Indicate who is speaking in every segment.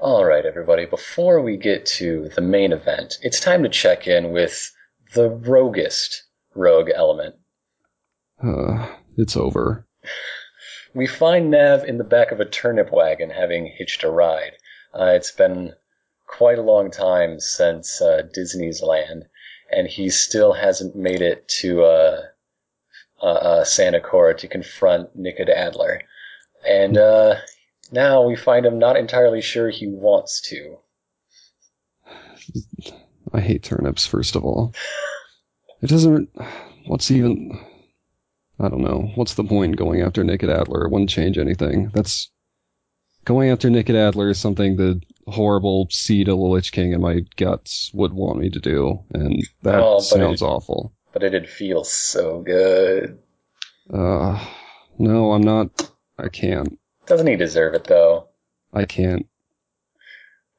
Speaker 1: All right, everybody, before we get to the main event, it's time to check in with the roguest rogue element.
Speaker 2: Uh, it's over.
Speaker 1: We find Nav in the back of a turnip wagon having hitched a ride. Uh, it's been quite a long time since uh, Disney's Land, and he still hasn't made it to uh, uh, uh, Santa Cora to confront Nickard Adler. And uh, now we find him not entirely sure he wants to.
Speaker 2: I hate turnips, first of all. It doesn't. What's even. I don't know. What's the point going after Nick and Adler? It wouldn't change anything. That's. Going after Nick and Adler is something the horrible seed of the Lich King in my guts would want me to do, and that
Speaker 1: Oh, but
Speaker 2: sounds
Speaker 1: it-
Speaker 2: awful.
Speaker 1: But it'd feel so good.
Speaker 2: Uh, no, I'm not. I can't.
Speaker 1: Doesn't he deserve it though?
Speaker 2: I can't.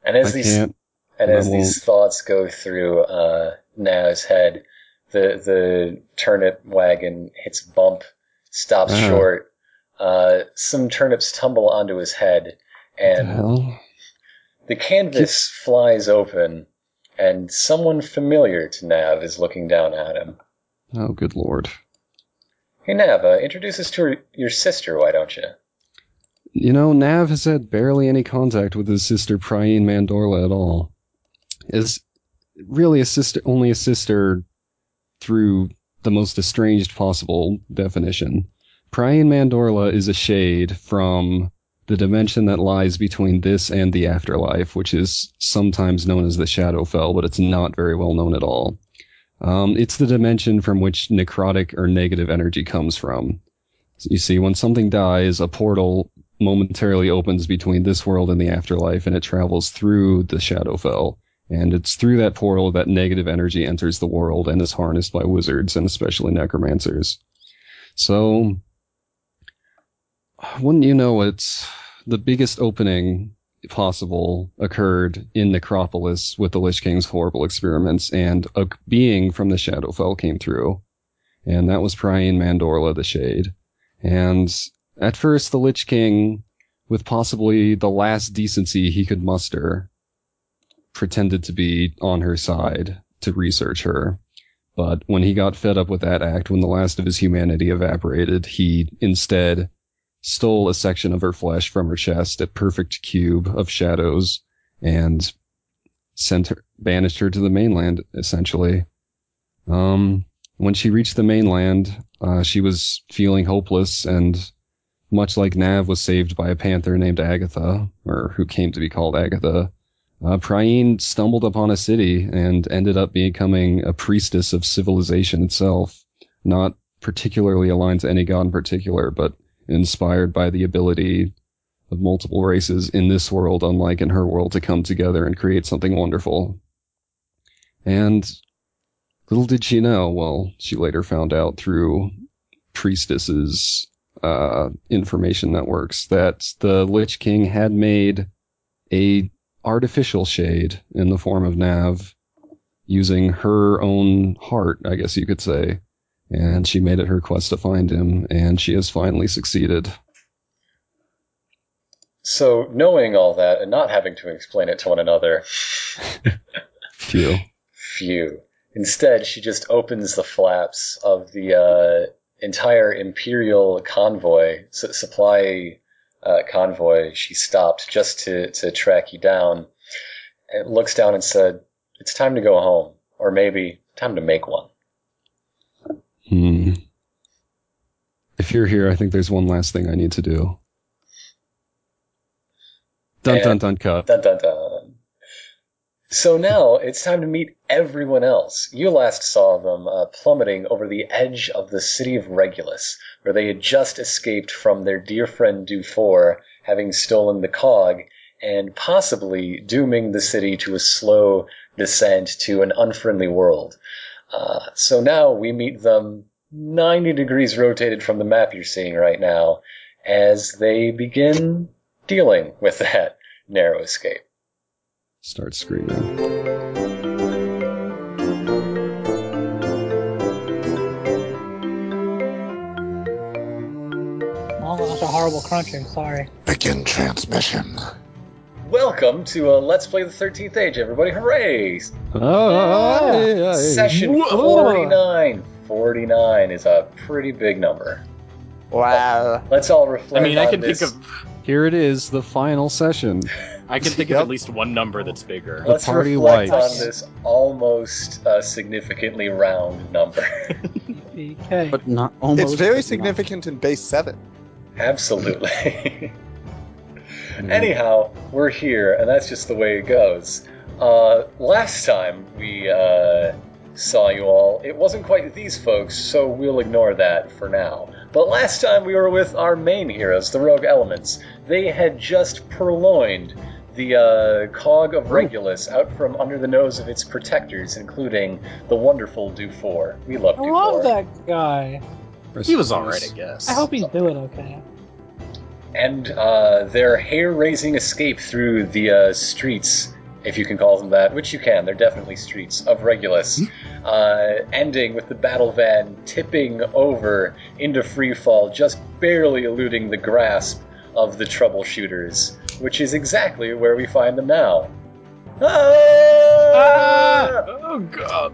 Speaker 1: And as
Speaker 2: I
Speaker 1: these
Speaker 2: can't.
Speaker 1: and
Speaker 2: I
Speaker 1: as these thoughts go through uh, Now's head, the the turnip wagon hits a bump, stops
Speaker 2: Uh-huh.
Speaker 1: short. Uh, some turnips tumble onto his head,
Speaker 2: What the
Speaker 1: and
Speaker 2: hell?
Speaker 1: the canvas flies open, and someone familiar to Nav is looking down at him.
Speaker 2: Oh, good lord.
Speaker 1: Hey, Nav, uh, introduce us to her, your sister, why don't you?
Speaker 2: You know, Nav has had barely any contact with his sister Priene Mandorla at all. Is really a sister, only a sister through the most estranged possible definition. Priene Mandorla is a shade from the dimension that lies between this and the afterlife, which is sometimes known as the Shadowfell, but it's not very well known at all. Um, it's the dimension from which necrotic or negative energy comes from. So you see, when something dies, a portal momentarily opens between this world and the afterlife, and it travels through the Shadowfell. And it's through that portal that negative energy enters the world and is harnessed by wizards and especially necromancers. So, wouldn't you know it's the biggest opening possible occurred in Necropolis with the Lich King's horrible experiments, and a being from the Shadowfell came through. And that was Priene Mandorla the Shade. And at first, the Lich King, with possibly the last decency he could muster, pretended to be on her side to research her. But when he got fed up with that act, when the last of his humanity evaporated, he instead stole a section of her flesh from her chest, a perfect cube of shadows, and sent her, banished her to the mainland, essentially. Um, when she reached the mainland, uh, she was feeling hopeless and much like Nav was saved by a panther named Agatha, or who came to be called Agatha, uh, Priene stumbled upon a city and ended up becoming a priestess of civilization itself, not particularly aligned to any god in particular, but inspired by the ability of multiple races in this world, unlike in her world, to come together and create something wonderful. And little did she know, well, she later found out through priestesses uh, information networks that the Lich King had made a artificial shade in the form of Nav using her own heart, I guess you could say. And she made it her quest to find him, and she has finally succeeded.
Speaker 1: So, knowing all that and not having to explain it to one another,
Speaker 2: Phew.
Speaker 1: Phew. Instead, she just opens the flaps of the uh, entire Imperial convoy, su- supply uh, convoy. She stopped just to, to track you down. And looks down and said, It's time to go home. Or maybe, time to make one.
Speaker 2: Hmm. If you're here, I think there's one last thing I need to do. Dun dun dun cut.
Speaker 1: Dun dun dun. So now it's time to meet everyone else. You last saw them uh, plummeting over the edge of the city of Regulus, where they had just escaped from their dear friend Dufour, having stolen the cog and possibly dooming the city to a slow descent to an unfriendly world. Uh, so now we meet them 90 degrees rotated from the map you're seeing right now as they begin dealing with that narrow escape.
Speaker 2: Start screaming.
Speaker 3: Oh, that's a horrible crunching. Sorry.
Speaker 4: Begin transmission.
Speaker 1: Welcome to uh, Let's Play the 13th Age, everybody. Hooray!
Speaker 2: Oh, hey, hey.
Speaker 1: Session
Speaker 2: Whoa.
Speaker 1: 49. 49 is a pretty big number.
Speaker 3: Wow.
Speaker 1: Let's all
Speaker 4: I
Speaker 1: reflect
Speaker 4: mean, I
Speaker 1: on
Speaker 4: can
Speaker 1: this.
Speaker 4: think of
Speaker 2: Here it is, the final session.
Speaker 4: I can think
Speaker 2: Yep.
Speaker 4: of at least one number that's bigger.
Speaker 2: The
Speaker 1: Let's
Speaker 2: party
Speaker 1: reflect
Speaker 2: wipes.
Speaker 1: on this almost uh, significantly round number.
Speaker 5: But not almost.
Speaker 3: it's very
Speaker 5: but not.
Speaker 3: significant in base seven.
Speaker 1: Absolutely. Anyhow, we're here, and that's just the way it goes. Uh, last time we uh, saw you all, it wasn't quite these folks, so we'll ignore that for now. But last time we were with our main heroes, the Rogue Elements. They had just purloined the uh, cog
Speaker 6: Hmm.
Speaker 1: of Regulus out from under the nose of its protectors, including the wonderful Dufour. We love
Speaker 6: I
Speaker 1: Dufour.
Speaker 6: love that guy.
Speaker 2: Rest
Speaker 4: He was
Speaker 2: in
Speaker 4: alright,
Speaker 2: peace.
Speaker 4: I guess.
Speaker 6: I hope he's doing okay.
Speaker 1: and uh, their hair-raising escape through the uh, streets, if you can call them that, which you can. They're definitely streets of Regulus, uh, ending with the battle van tipping over into free fall, just barely eluding the grasp of the troubleshooters, which is exactly where we find them now. Ah!
Speaker 4: Oh god.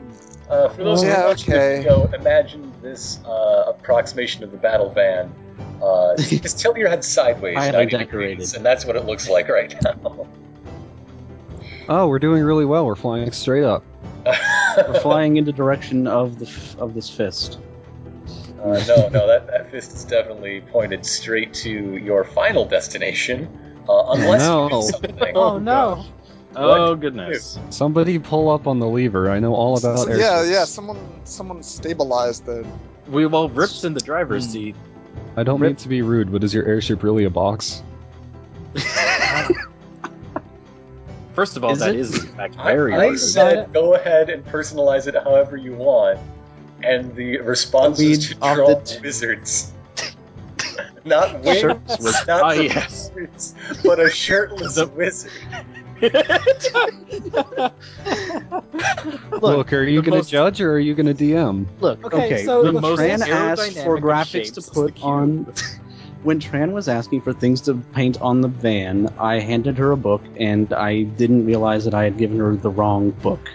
Speaker 1: Uh, for those
Speaker 3: Yeah,
Speaker 1: who watch
Speaker 3: okay.
Speaker 1: the video, imagine this uh, approximation of the battle van. Uh, just tilt your head sideways,
Speaker 5: Highly
Speaker 1: 90
Speaker 5: decorated.
Speaker 1: degrees, and that's what it looks like right now.
Speaker 2: Oh, we're doing really well. We're flying straight up.
Speaker 5: We're flying in the direction of the f- of this fist.
Speaker 1: Uh, no, no, that, that fist is definitely pointed straight to your final destination, uh, unless
Speaker 2: No.
Speaker 1: you do something.
Speaker 6: Oh, no.
Speaker 4: Oh goodness.
Speaker 2: Somebody pull up on the lever. I know all about
Speaker 3: So-
Speaker 2: airships.
Speaker 3: yeah, yeah. Someone, someone stabilized the.
Speaker 4: We well Rip's in the driver's seat.
Speaker 2: I don't mean to be rude, but is your airship really a box?
Speaker 4: First of all,
Speaker 5: Is
Speaker 4: that
Speaker 5: it?
Speaker 4: is in fact
Speaker 1: I,
Speaker 4: very
Speaker 1: I
Speaker 4: rude.
Speaker 1: said go ahead and personalize it however you want, and the response
Speaker 5: We
Speaker 1: is to draw
Speaker 5: opted-
Speaker 1: wizards. Not wings,
Speaker 4: Shirts were-
Speaker 1: not
Speaker 4: Ah,
Speaker 1: the
Speaker 4: yes.
Speaker 1: wizards, but a shirtless
Speaker 4: The-
Speaker 1: wizard.
Speaker 5: Look,
Speaker 2: Look, are you going
Speaker 4: the
Speaker 2: to
Speaker 4: most-
Speaker 2: judge or are you going to DM?
Speaker 5: Look,
Speaker 6: Okay,
Speaker 5: okay.
Speaker 6: so
Speaker 5: when
Speaker 6: the
Speaker 4: most
Speaker 5: Tran asked
Speaker 4: aerodynamic
Speaker 5: for
Speaker 4: of
Speaker 5: graphics
Speaker 4: shapes
Speaker 5: to
Speaker 4: is the
Speaker 5: put
Speaker 4: cube.
Speaker 5: on, when Tran was asking for things to paint on the van, I handed her a book, and I didn't realize that I had given her the wrong book.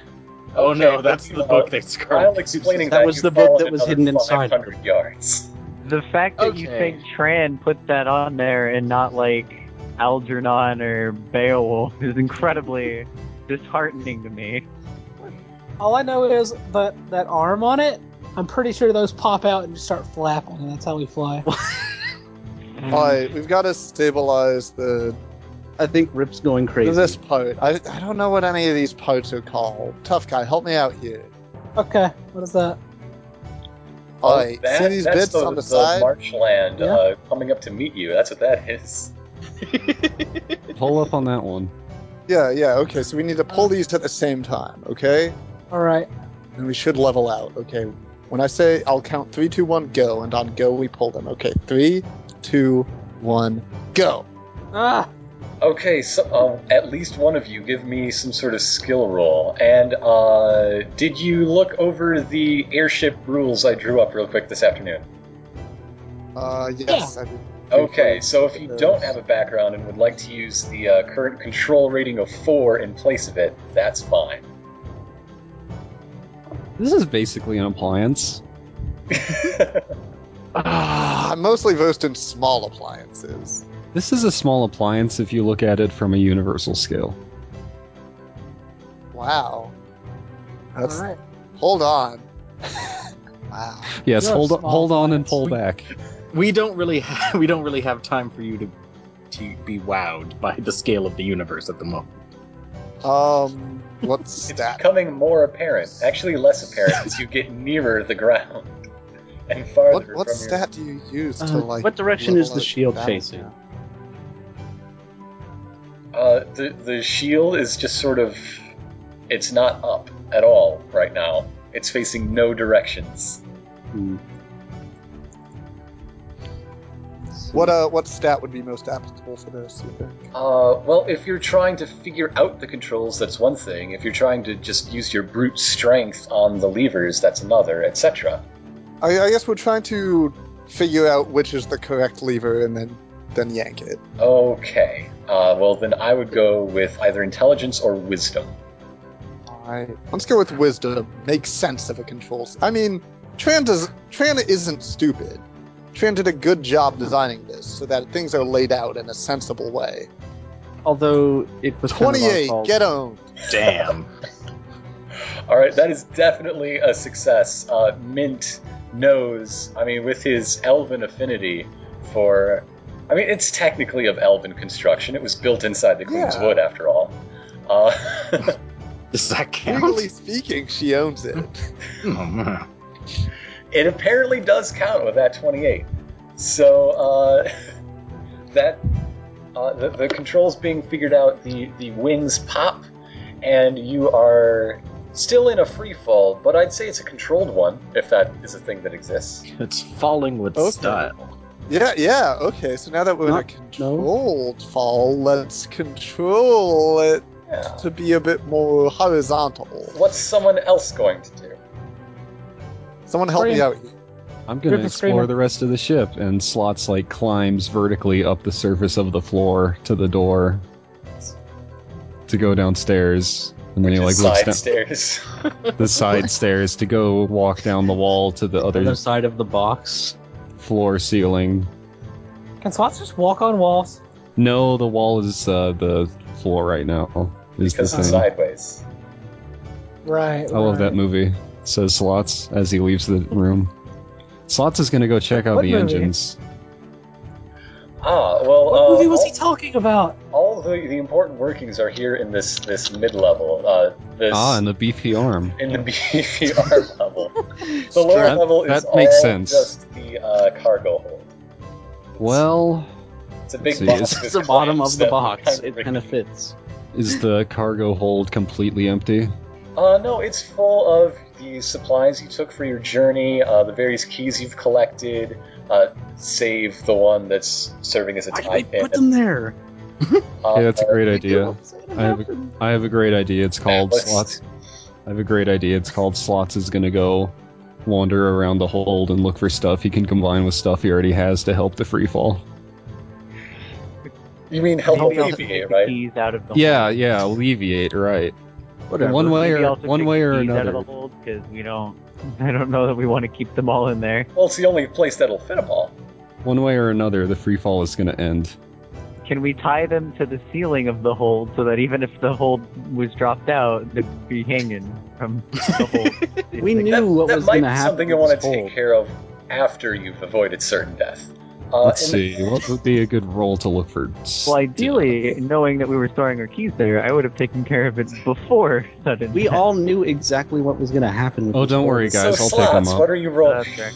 Speaker 4: Oh
Speaker 1: Okay,
Speaker 4: no,
Speaker 1: but
Speaker 4: that's the
Speaker 1: meanwhile-
Speaker 4: book that's
Speaker 1: While
Speaker 4: Scarlet.
Speaker 1: explaining
Speaker 5: That
Speaker 1: that,
Speaker 5: was
Speaker 1: you've
Speaker 5: the book
Speaker 1: fallen
Speaker 5: that was
Speaker 1: another
Speaker 5: hidden inside.
Speaker 1: 500 yards.
Speaker 7: The fact that you
Speaker 4: Okay.
Speaker 7: think Tran put that on there and not like Algernon or Beowulf is incredibly disheartening to me.
Speaker 6: All I know is that that arm on it. I'm pretty sure those pop out and just start flapping, and that's how we fly.
Speaker 2: Mm.
Speaker 3: All right, we've got to stabilize the
Speaker 5: Uh, I think Rip's going crazy.
Speaker 3: this part. I, I don't know what any of these parts are called. Tough guy, help me out here.
Speaker 6: Okay, what is that?
Speaker 3: All
Speaker 1: Oh,
Speaker 3: right,
Speaker 1: that-
Speaker 3: see these
Speaker 1: that's
Speaker 3: bits on the, side.
Speaker 1: marshland
Speaker 6: Yeah.
Speaker 1: uh, coming up to meet you. That's what that is.
Speaker 2: Pull up on that one.
Speaker 3: Yeah, yeah. Okay, so we need to pull these at the same time. Okay,
Speaker 6: All right.
Speaker 3: and we should level out. Okay, when I say I'll count three, two, one, go, and on go we pull them. Okay, three, two, one, go.
Speaker 6: Ah,
Speaker 1: Okay, so um, at least one of you give me some sort of skill roll. And uh, did you look over the airship rules I drew up real quick this afternoon?
Speaker 3: Uh, yes. I did.
Speaker 1: Okay, so if you
Speaker 3: Yes.
Speaker 1: don't have a background and would like to use the uh, current control rating of four in place of it, that's fine.
Speaker 2: This is basically an appliance.
Speaker 3: Ah, I'm mostly versed in small appliances.
Speaker 2: This is a small appliance if you look at it from a universal scale.
Speaker 3: Wow.
Speaker 6: all
Speaker 3: That's,
Speaker 6: right.
Speaker 3: Hold on. wow.
Speaker 2: Yes,
Speaker 6: You're a
Speaker 2: hold on,
Speaker 6: small
Speaker 2: hold on and
Speaker 6: appliance.
Speaker 2: pull back.
Speaker 4: we don't really have, we don't really have time for you to to be wowed by the scale of the universe at the moment.
Speaker 3: Um, what's
Speaker 1: It's
Speaker 3: that?
Speaker 1: becoming more apparent, actually less apparent as you get nearer the ground and farther
Speaker 3: What, what
Speaker 1: from your
Speaker 3: stat do you use to
Speaker 5: Uh,
Speaker 3: like?
Speaker 5: what direction is
Speaker 3: level
Speaker 5: the
Speaker 3: out
Speaker 5: shield
Speaker 3: battle
Speaker 5: facing?
Speaker 3: map?
Speaker 1: Uh, the the shield is just sort of it's not up at all right now. It's facing no directions.
Speaker 5: Hmm.
Speaker 3: What uh, what stat would be most applicable for this? You think?
Speaker 1: Uh, well, if you're trying to figure out the controls, that's one thing. If you're trying to just use your brute strength on the levers, that's another, etc.
Speaker 3: I, I guess we're trying to figure out which is the correct lever and then then yank it.
Speaker 1: Okay. Uh, well, then I would go with either intelligence or wisdom.
Speaker 3: I let's go with wisdom. Makes sense if it controls. I mean, Tran does Tran isn't stupid. Tran did a good job designing this so that things are laid out in a sensible way.
Speaker 5: Although it was kind of our
Speaker 3: Twenty-eight,
Speaker 5: fault.
Speaker 3: get owned.
Speaker 4: Damn.
Speaker 1: All right, that is definitely a success. Uh, Mint knows, I mean, with his elven affinity for. I mean, it's technically of elven construction. It was built inside the Queen's
Speaker 3: Yeah.
Speaker 1: Wood, after all. Uh,
Speaker 4: Does that count?
Speaker 3: Legally speaking, she owns it.
Speaker 4: Mm,
Speaker 1: it apparently does count with that 28. So uh, that uh, the, the controls being figured out, the the wings pop, and you are still in a free fall, but I'd say it's a controlled one if that is a thing that exists.
Speaker 4: It's falling with
Speaker 3: Okay.
Speaker 4: style.
Speaker 3: Yeah, yeah. Okay, so now that we're in a
Speaker 5: Not- no.
Speaker 3: controlled fall, let's control it
Speaker 1: Yeah.
Speaker 3: to be a bit more horizontal.
Speaker 1: What's someone else going to do?
Speaker 3: Someone help me
Speaker 6: Three.
Speaker 3: out. here.
Speaker 2: I'm gonna
Speaker 6: Griffin
Speaker 2: explore
Speaker 6: Screamer.
Speaker 2: the rest of the ship, and slots like climbs vertically up the surface of the floor to the door to go downstairs, and then he like looks
Speaker 1: side
Speaker 2: down
Speaker 1: stairs.
Speaker 2: the side stairs to go walk down the wall to the
Speaker 5: other
Speaker 2: other
Speaker 5: side of the box.
Speaker 2: floor ceiling.
Speaker 6: Can slots just walk on walls?
Speaker 2: No, the wall is uh, the floor right now. Is
Speaker 1: because
Speaker 2: the
Speaker 1: it's
Speaker 2: thing.
Speaker 1: sideways.
Speaker 6: Right.
Speaker 2: I love that movie. Says Slots as he leaves the room. Slots is gonna go check out
Speaker 6: What
Speaker 2: the
Speaker 6: movie?
Speaker 2: engines.
Speaker 1: Ah, well.
Speaker 6: What
Speaker 1: uh,
Speaker 6: movie was
Speaker 1: all-
Speaker 6: he talking about?
Speaker 1: All the, the important workings are here in this this mid level. Uh, this
Speaker 2: Ah, and the beefy arm.
Speaker 1: in the BVR level. The lower
Speaker 2: That-
Speaker 1: level is
Speaker 2: that makes
Speaker 1: all
Speaker 2: sense.
Speaker 1: just the uh, cargo hold. It's-
Speaker 2: Well,
Speaker 1: it's a big
Speaker 2: see,
Speaker 1: box.
Speaker 2: it's-
Speaker 1: with
Speaker 5: It's the bottom
Speaker 1: clamps
Speaker 5: of the
Speaker 1: that
Speaker 5: box.
Speaker 1: kinda
Speaker 5: It kind of
Speaker 1: rickety.
Speaker 5: fits.
Speaker 2: is the cargo hold completely empty?
Speaker 1: Uh, no, it's full of the supplies you took for your journey, uh, the various keys you've collected, uh, save the one that's serving as a
Speaker 5: Why did
Speaker 1: tie
Speaker 5: we
Speaker 1: pin.
Speaker 5: put them there?
Speaker 1: Uh,
Speaker 2: Okay, that's a great idea. I have a,
Speaker 5: What
Speaker 2: I have a great idea. It's called
Speaker 1: Let's-
Speaker 2: Slots. I have a great idea. It's called Slots is gonna go wander around the hold and look for stuff he can combine with stuff he already has to help the free fall.
Speaker 1: You mean help
Speaker 7: Maybe I'll
Speaker 1: alleviate,
Speaker 7: take the
Speaker 1: right?
Speaker 7: keys out of the
Speaker 2: Yeah,
Speaker 7: hold.
Speaker 2: yeah, alleviate, right.
Speaker 5: Whatever.
Speaker 2: One way
Speaker 7: Maybe
Speaker 2: or
Speaker 7: I'll take
Speaker 2: one
Speaker 7: the
Speaker 2: way or
Speaker 7: keys
Speaker 2: another.
Speaker 7: Out of the hold because we don't. I don't know that we want to keep them all in there.
Speaker 1: Well, it's the only place that'll fit them all.
Speaker 2: One way or another, the free fall is going to end.
Speaker 7: Can we tie them to the ceiling of the hold so that even if the hold was dropped out, they'd be hanging from the hold?
Speaker 5: We knew
Speaker 1: That,
Speaker 5: what
Speaker 1: that
Speaker 5: was
Speaker 1: might
Speaker 5: going to
Speaker 1: be
Speaker 5: happen.
Speaker 1: something you
Speaker 5: with
Speaker 1: want
Speaker 5: this
Speaker 1: to
Speaker 5: hole.
Speaker 1: take care of after you've avoided certain death. Uh,
Speaker 2: Let's
Speaker 1: and-
Speaker 2: see, what would be a good role to look for?
Speaker 7: Well, ideally, knowing that we were storing our keys there, I would have taken care of it before sudden.
Speaker 5: We all knew exactly what was going to happen. With
Speaker 2: Oh,
Speaker 5: this
Speaker 2: don't
Speaker 5: hole.
Speaker 2: worry, guys.
Speaker 1: so
Speaker 2: I'll
Speaker 1: slots,
Speaker 2: pick them
Speaker 1: What
Speaker 2: up.
Speaker 1: are you
Speaker 7: Uh,
Speaker 1: rolling?
Speaker 7: okay.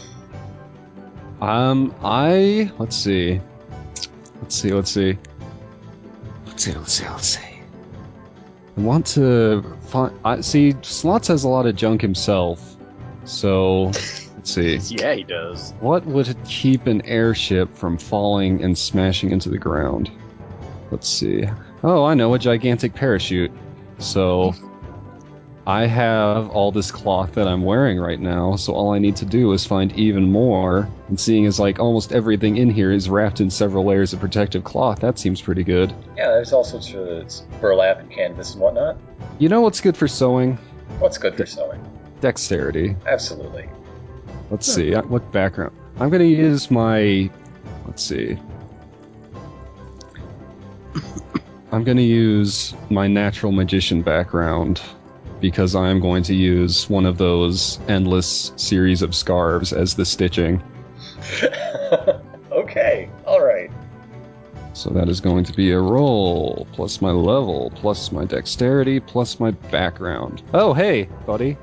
Speaker 2: Um, I let's see, let's see, let's see, let's see, let's see, let's see. I want to find. I see. Slots has a lot of junk himself, so let's see.
Speaker 4: Yeah, he does.
Speaker 2: What would keep an airship from falling and smashing into the ground? Let's see. Oh, I know, a gigantic parachute. So I have all this cloth that I'm wearing right now, so all I need to do is find even more. And seeing as like almost everything in here is wrapped in several layers of protective cloth, that seems pretty good.
Speaker 1: Yeah, there's all sorts of it's burlap and canvas and whatnot.
Speaker 2: You know what's good for sewing?
Speaker 1: What's good for sewing?
Speaker 2: Dexterity.
Speaker 1: Absolutely.
Speaker 2: Let's see. uh, What background? I'm gonna use my. Let's see. I'm gonna use my natural magician background because I'm going to use one of those endless series of scarves as the stitching.
Speaker 1: okay, all right.
Speaker 2: So that is going to be a roll plus my level plus my dexterity plus my background. Oh hey, buddy.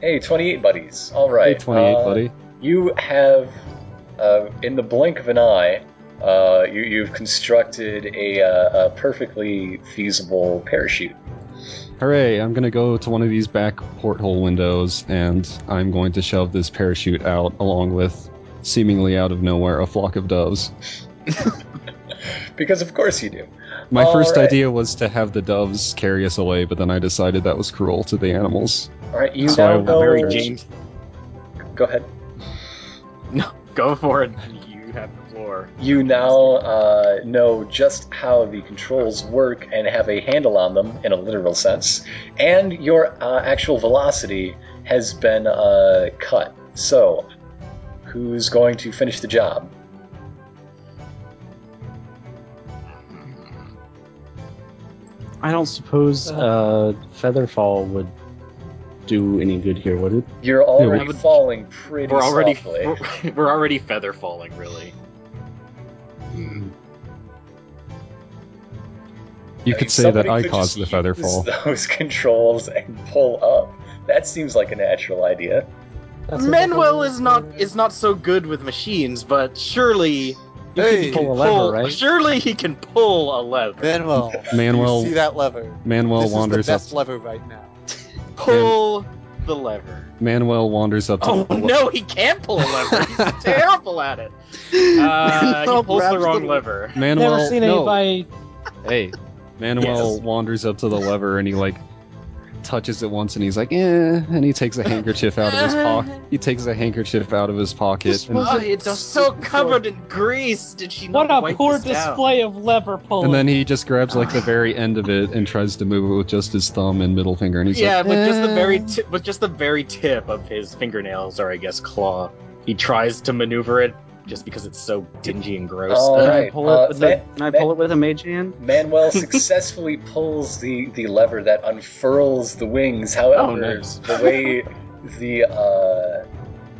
Speaker 1: Hey, 28 buddies. All
Speaker 2: Hey,
Speaker 1: right.
Speaker 2: 28,
Speaker 1: uh,
Speaker 2: buddy.
Speaker 1: You have, uh, in the blink of an eye, uh, you, you've constructed a, uh, a perfectly feasible parachute.
Speaker 2: Hooray, I'm gonna go to one of these back porthole windows and I'm going to shove this parachute out along with seemingly out of nowhere a flock of doves.
Speaker 1: Because, of course, you do.
Speaker 2: My
Speaker 1: All
Speaker 2: first
Speaker 1: right.
Speaker 2: idea was to have the doves carry us away, but then I decided that was cruel to the animals.
Speaker 1: All right, you
Speaker 2: So I
Speaker 1: now
Speaker 2: will
Speaker 1: know.
Speaker 2: Very
Speaker 4: Very James.
Speaker 1: Go ahead.
Speaker 4: Go for it. You you have the floor.
Speaker 1: You now uh, know just how the controls work and have a handle on them in a literal sense, and your uh, actual velocity has been uh, cut. So, who's going to finish the job?
Speaker 5: I don't suppose uh, Featherfall would do any good here, would it?
Speaker 1: You're already
Speaker 4: I would-
Speaker 1: falling pretty
Speaker 4: We're already
Speaker 1: softly.
Speaker 4: we're, we're already feather falling, really.
Speaker 2: You
Speaker 1: I mean,
Speaker 2: could say that
Speaker 1: somebody
Speaker 2: I
Speaker 1: could
Speaker 2: caused the
Speaker 1: just
Speaker 2: feather
Speaker 1: use
Speaker 2: fall.
Speaker 1: Those controls and pull up. That seems like a natural idea.
Speaker 6: That's what
Speaker 4: Manuel
Speaker 6: we're
Speaker 4: is not
Speaker 6: doing.
Speaker 4: is not so good with machines, but surely
Speaker 5: You
Speaker 3: Hey,
Speaker 5: can pull a lever, right?
Speaker 4: Surely he can pull a lever.
Speaker 3: Manuel,
Speaker 2: Manuel
Speaker 3: you see that lever?
Speaker 2: Manuel
Speaker 3: this is the
Speaker 2: wanders up.
Speaker 3: best lever right now.
Speaker 4: pull the lever.
Speaker 2: Manuel wanders up to
Speaker 4: Oh
Speaker 2: the
Speaker 4: no, he can't pull a lever. He's terrible at it. Uh, he
Speaker 3: Manuel
Speaker 4: pulls the
Speaker 3: grabs
Speaker 4: wrong
Speaker 3: the-
Speaker 4: lever.
Speaker 2: Manuel.
Speaker 6: Never seen
Speaker 2: no.
Speaker 6: anybody.
Speaker 2: Hey, Manuel
Speaker 4: Yes.
Speaker 2: wanders up to the lever and he like touches it once and he's like, eh, and he takes a handkerchief out of his pocket. He takes a handkerchief out of his pocket.
Speaker 3: This
Speaker 2: And,
Speaker 3: was-
Speaker 4: Oh, it's so covered in grease. Did she not
Speaker 6: What a
Speaker 4: wipe
Speaker 6: poor
Speaker 4: this down?
Speaker 6: display of lever pulling.
Speaker 2: and then he just grabs like the very end of it and tries to move it with just his thumb and middle finger. And he's
Speaker 4: Yeah,
Speaker 2: like,
Speaker 4: with just the very
Speaker 2: "Eh."
Speaker 4: ti- with just the very tip of his fingernails, or I guess claw, he tries to maneuver it just because it's so dingy and gross.
Speaker 1: All
Speaker 5: Can
Speaker 4: Uh,
Speaker 5: I
Speaker 1: right,
Speaker 5: pull
Speaker 1: uh,
Speaker 5: it with a,
Speaker 1: Ma-
Speaker 5: can I pull it with a mage hand?
Speaker 1: Manuel successfully pulls the, the lever that unfurls the wings. However,
Speaker 4: Oh, nice.
Speaker 1: the way the, uh,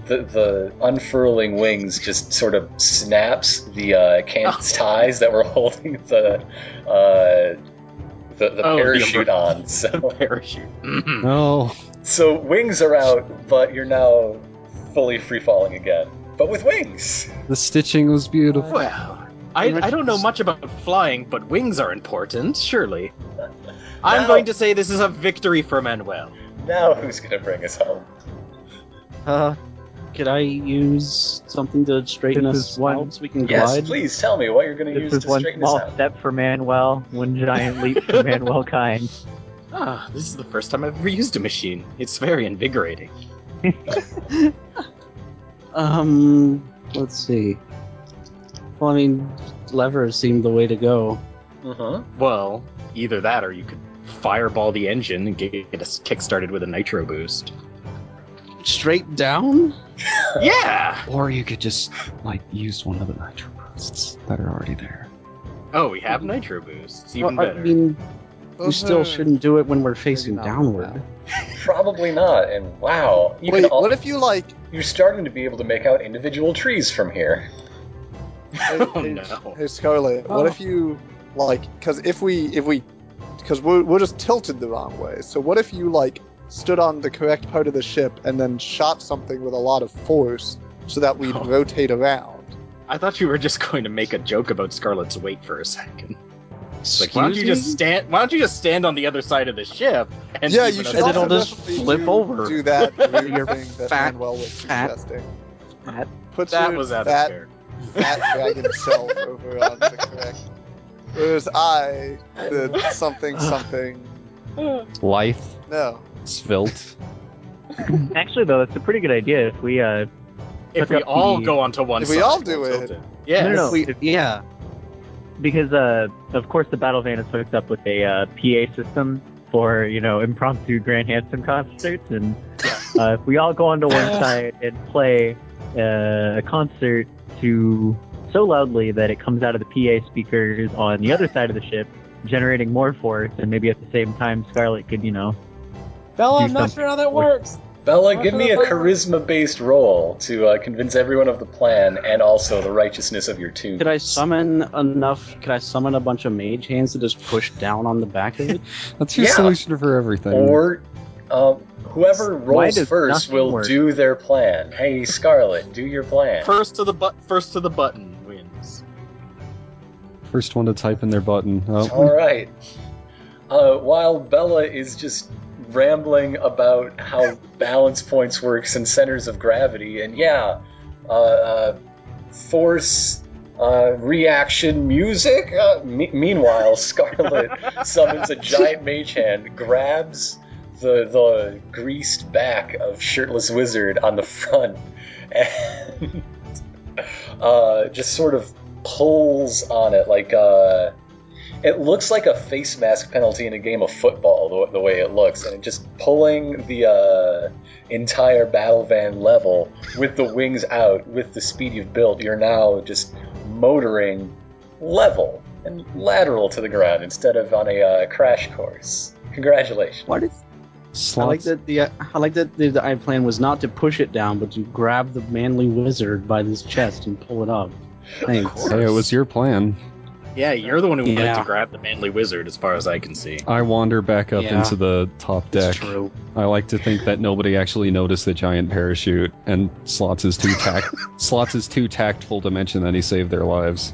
Speaker 1: the the unfurling wings just sort of snaps the uh, canvas ties that were holding the uh, the, the
Speaker 4: Oh, the
Speaker 1: parachute
Speaker 4: umbrella.
Speaker 1: on. So,
Speaker 4: parachute. Mhm.
Speaker 2: No,
Speaker 1: so wings are out, but you're now fully free falling again, but with wings.
Speaker 2: the stitching was beautiful.
Speaker 4: Well, I, I don't know much about flying, but wings are important, surely. I'm
Speaker 1: Now-
Speaker 4: going to say this is a victory for Manuel.
Speaker 1: Now who's gonna bring us home?
Speaker 5: Uh, could I use something to straighten
Speaker 7: This
Speaker 5: us
Speaker 7: is one-
Speaker 5: out so we can
Speaker 1: Yes,
Speaker 5: glide?
Speaker 1: please tell me what you're gonna
Speaker 7: This
Speaker 1: use
Speaker 7: is
Speaker 1: to
Speaker 7: one
Speaker 1: straighten us
Speaker 7: small
Speaker 1: out.
Speaker 7: step for Manuel, one giant leap for Manuel Kind.
Speaker 4: Ah, this is the first time I've ever used a machine. It's very invigorating.
Speaker 5: Um, let's see. Well, I mean, levers seem the way to go.
Speaker 1: Mm-hmm.
Speaker 4: Well, either that or you could fireball the engine and get it kickstarted with a nitro boost.
Speaker 5: Straight down?
Speaker 4: yeah!
Speaker 2: Or you could just like use one of the nitro busts that are already there.
Speaker 4: Oh, we
Speaker 3: Mm-hmm.
Speaker 4: have nitro boosts. Even
Speaker 5: Well,
Speaker 4: better.
Speaker 5: I mean, we
Speaker 3: Those
Speaker 5: still
Speaker 3: are-
Speaker 5: shouldn't do it when we're facing
Speaker 3: not.
Speaker 5: downward.
Speaker 1: Probably not. And wow, you
Speaker 3: Wait,
Speaker 1: can all,
Speaker 3: what if you like?
Speaker 1: you're starting to be able to make out individual trees from here.
Speaker 3: Hey,
Speaker 4: Oh,
Speaker 3: hey,
Speaker 4: no.
Speaker 3: hey, Scarlet, what
Speaker 6: Oh.
Speaker 3: if you like? Because if we if we because we're, we're just tilted the wrong way. So what if you like stood on the correct part of the ship and then shot something with a lot of force so that we'd
Speaker 4: Oh.
Speaker 3: rotate around?
Speaker 4: I thought you were just going to make a joke about Scarlet's weight for a second. It's like,
Speaker 5: Excuse
Speaker 4: why don't you just
Speaker 5: me?
Speaker 4: stand? Why don't you just stand on the other side of the ship? And
Speaker 3: yeah,
Speaker 4: leave
Speaker 3: you
Speaker 4: it
Speaker 3: should
Speaker 4: as
Speaker 5: And
Speaker 4: it
Speaker 3: also
Speaker 5: it'll
Speaker 4: is?
Speaker 5: just
Speaker 3: definitely
Speaker 5: flip
Speaker 3: do,
Speaker 5: over.
Speaker 3: Do that
Speaker 5: Your
Speaker 3: weird thing that
Speaker 5: fat,
Speaker 3: Manuel was
Speaker 5: fat-
Speaker 3: suggesting.
Speaker 5: fat-
Speaker 3: Put
Speaker 4: that
Speaker 3: your
Speaker 4: was out
Speaker 3: fat,
Speaker 4: of here.
Speaker 3: fat dragon self over on the correct. Whereas I did something something.
Speaker 2: Lithe,
Speaker 3: No.
Speaker 2: svelte.
Speaker 7: Actually, though, that's a pretty good idea. If we, uh,
Speaker 4: If
Speaker 7: Hook
Speaker 4: we
Speaker 7: up
Speaker 4: all
Speaker 7: the-
Speaker 4: go onto one
Speaker 3: If
Speaker 4: side,
Speaker 3: we all do
Speaker 4: we'll
Speaker 3: it.
Speaker 4: tilt Yes.
Speaker 7: no, no, no.
Speaker 5: If we- yeah.
Speaker 7: because uh, of course the battle van is hooked up with a uh, PA system for you know impromptu Grand Hanson concerts, and uh, if we all go onto one side and play uh, a concert to so loudly that it comes out of the PA speakers on the other side of the ship, generating more force, and maybe at the same time Scarlet could you know
Speaker 6: Bella,
Speaker 7: do
Speaker 6: I'm not
Speaker 7: something.
Speaker 6: sure how that works.
Speaker 1: Bella,
Speaker 6: Watch
Speaker 1: give me a
Speaker 6: out.
Speaker 1: charisma based roll to uh, convince everyone of the plan and also the righteousness of your tomb.
Speaker 5: Could I summon enough? Could I summon a bunch of mage hands to just push down on the back of it?
Speaker 2: That's your
Speaker 1: Yeah.
Speaker 2: solution for everything.
Speaker 1: Or um, whoever rolls
Speaker 7: does
Speaker 1: first
Speaker 7: nothing
Speaker 1: will
Speaker 7: work?
Speaker 1: do their plan. Hey, Scarlet, do your plan.
Speaker 4: First to the but first to the button wins.
Speaker 2: First one to type in their button.
Speaker 1: All
Speaker 2: Oh,
Speaker 1: right. Uh, while Bella is just rambling about how balance points works and centers of gravity, and yeah, uh, uh, force, uh, reaction, music. Uh, me- meanwhile, Scarlet summons a giant mage hand, grabs the the greased back of shirtless wizard on the front, and uh, just sort of pulls on it like uh, it looks like a face mask penalty in a game of football the, the way it looks and it just pulling the uh, entire battle van level with the wings out with the speed you've built you're now just motoring level and lateral to the ground instead of on a uh, crash course congratulations
Speaker 5: What is? I like
Speaker 2: Slots.
Speaker 5: that the I like that the, the I plan was not to push it down, but to grab the manly wizard by his chest and pull it up. Thanks.
Speaker 2: Hey, it was your plan.
Speaker 4: Yeah, you're the one who would like
Speaker 5: Yeah.
Speaker 4: to grab the manly wizard, as far as I can see.
Speaker 2: I wander back up
Speaker 5: Yeah.
Speaker 2: into the top
Speaker 5: That's
Speaker 2: deck.
Speaker 5: true.
Speaker 2: I like to think that nobody actually noticed the giant parachute, and Slots is too tact. Slots is too tactful to mention that he saved their lives.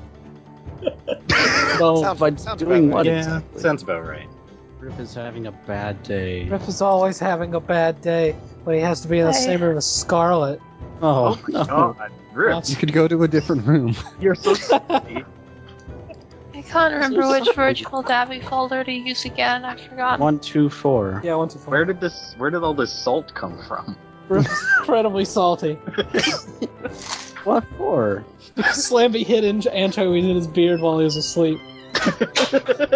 Speaker 5: Well,
Speaker 3: Sounds-
Speaker 5: by
Speaker 3: sounds
Speaker 5: doing
Speaker 3: about
Speaker 5: what
Speaker 3: right.
Speaker 5: exactly?
Speaker 4: sounds about right.
Speaker 5: Griff is having a bad day.
Speaker 6: Griff is always having a bad day when he has to be in the
Speaker 7: Hey.
Speaker 6: same room as Scarlet.
Speaker 5: Oh, no.
Speaker 4: God, Riff.
Speaker 2: You could go to a different room.
Speaker 4: You're so silly.
Speaker 8: I can't remember which virtual Davy folder to use again. I forgot.
Speaker 5: One, two, four.
Speaker 6: Yeah, once before.
Speaker 4: Where did this? Where did all this salt come from?
Speaker 6: Griff is incredibly salty.
Speaker 5: What for?
Speaker 6: Slamby hid an- anchovies in his beard while he was asleep.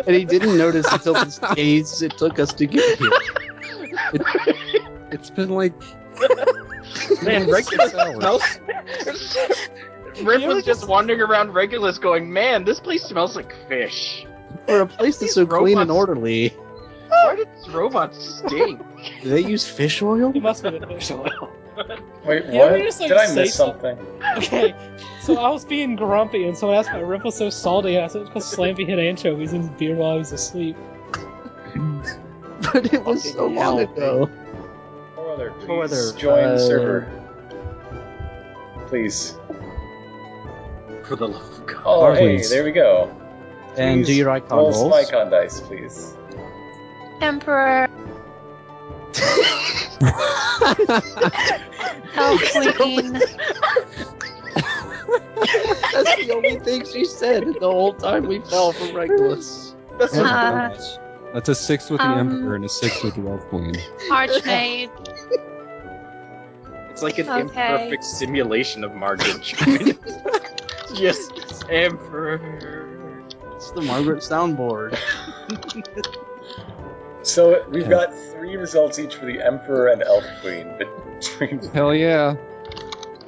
Speaker 5: And he didn't notice until the days it took us to get here.
Speaker 2: It's been like
Speaker 4: Man,
Speaker 2: six hours.
Speaker 4: smells. Riff was just wandering around Regulus, going, "Man, this place smells like fish.
Speaker 5: For a place that's so
Speaker 4: These
Speaker 5: clean and
Speaker 4: robots-
Speaker 5: orderly,
Speaker 4: Why did these robots stink?"
Speaker 5: do they use fish oil?
Speaker 6: He must have been fish oil.
Speaker 1: wait
Speaker 6: Yeah,
Speaker 1: what
Speaker 6: we just, like,
Speaker 1: did i
Speaker 6: say
Speaker 1: miss something
Speaker 6: Okay, so I was being grumpy, and someone asked my Riff was so salty, and I said because Slamby hid anchovies in his beard while he was asleep.
Speaker 5: But it was
Speaker 4: Fucking
Speaker 5: so long
Speaker 4: hell.
Speaker 5: ago.
Speaker 1: Four other, please.
Speaker 5: Four other,
Speaker 1: Join
Speaker 5: uh,
Speaker 1: the server. Please.
Speaker 4: For the love of God.
Speaker 1: Oh, hey,
Speaker 2: Please.
Speaker 1: there we go.
Speaker 5: And do
Speaker 1: Please
Speaker 5: your icon
Speaker 1: roll some
Speaker 5: rolls.
Speaker 1: icon dice, please.
Speaker 8: Emperor, Elfween,
Speaker 5: That's the only thing she said the whole time we fell for Regulus.
Speaker 8: Uh,
Speaker 2: That's a six with the
Speaker 8: um,
Speaker 2: emperor and a six with the elf queen.
Speaker 8: Archmaid.
Speaker 4: It's like an
Speaker 8: Okay.
Speaker 4: imperfect simulation of Margaret Chuen. Just emperor.
Speaker 5: It's the Margaret soundboard.
Speaker 1: So we've
Speaker 2: Okay.
Speaker 1: got three results each for the Emperor and Elf Queen. Between
Speaker 2: Hell yeah!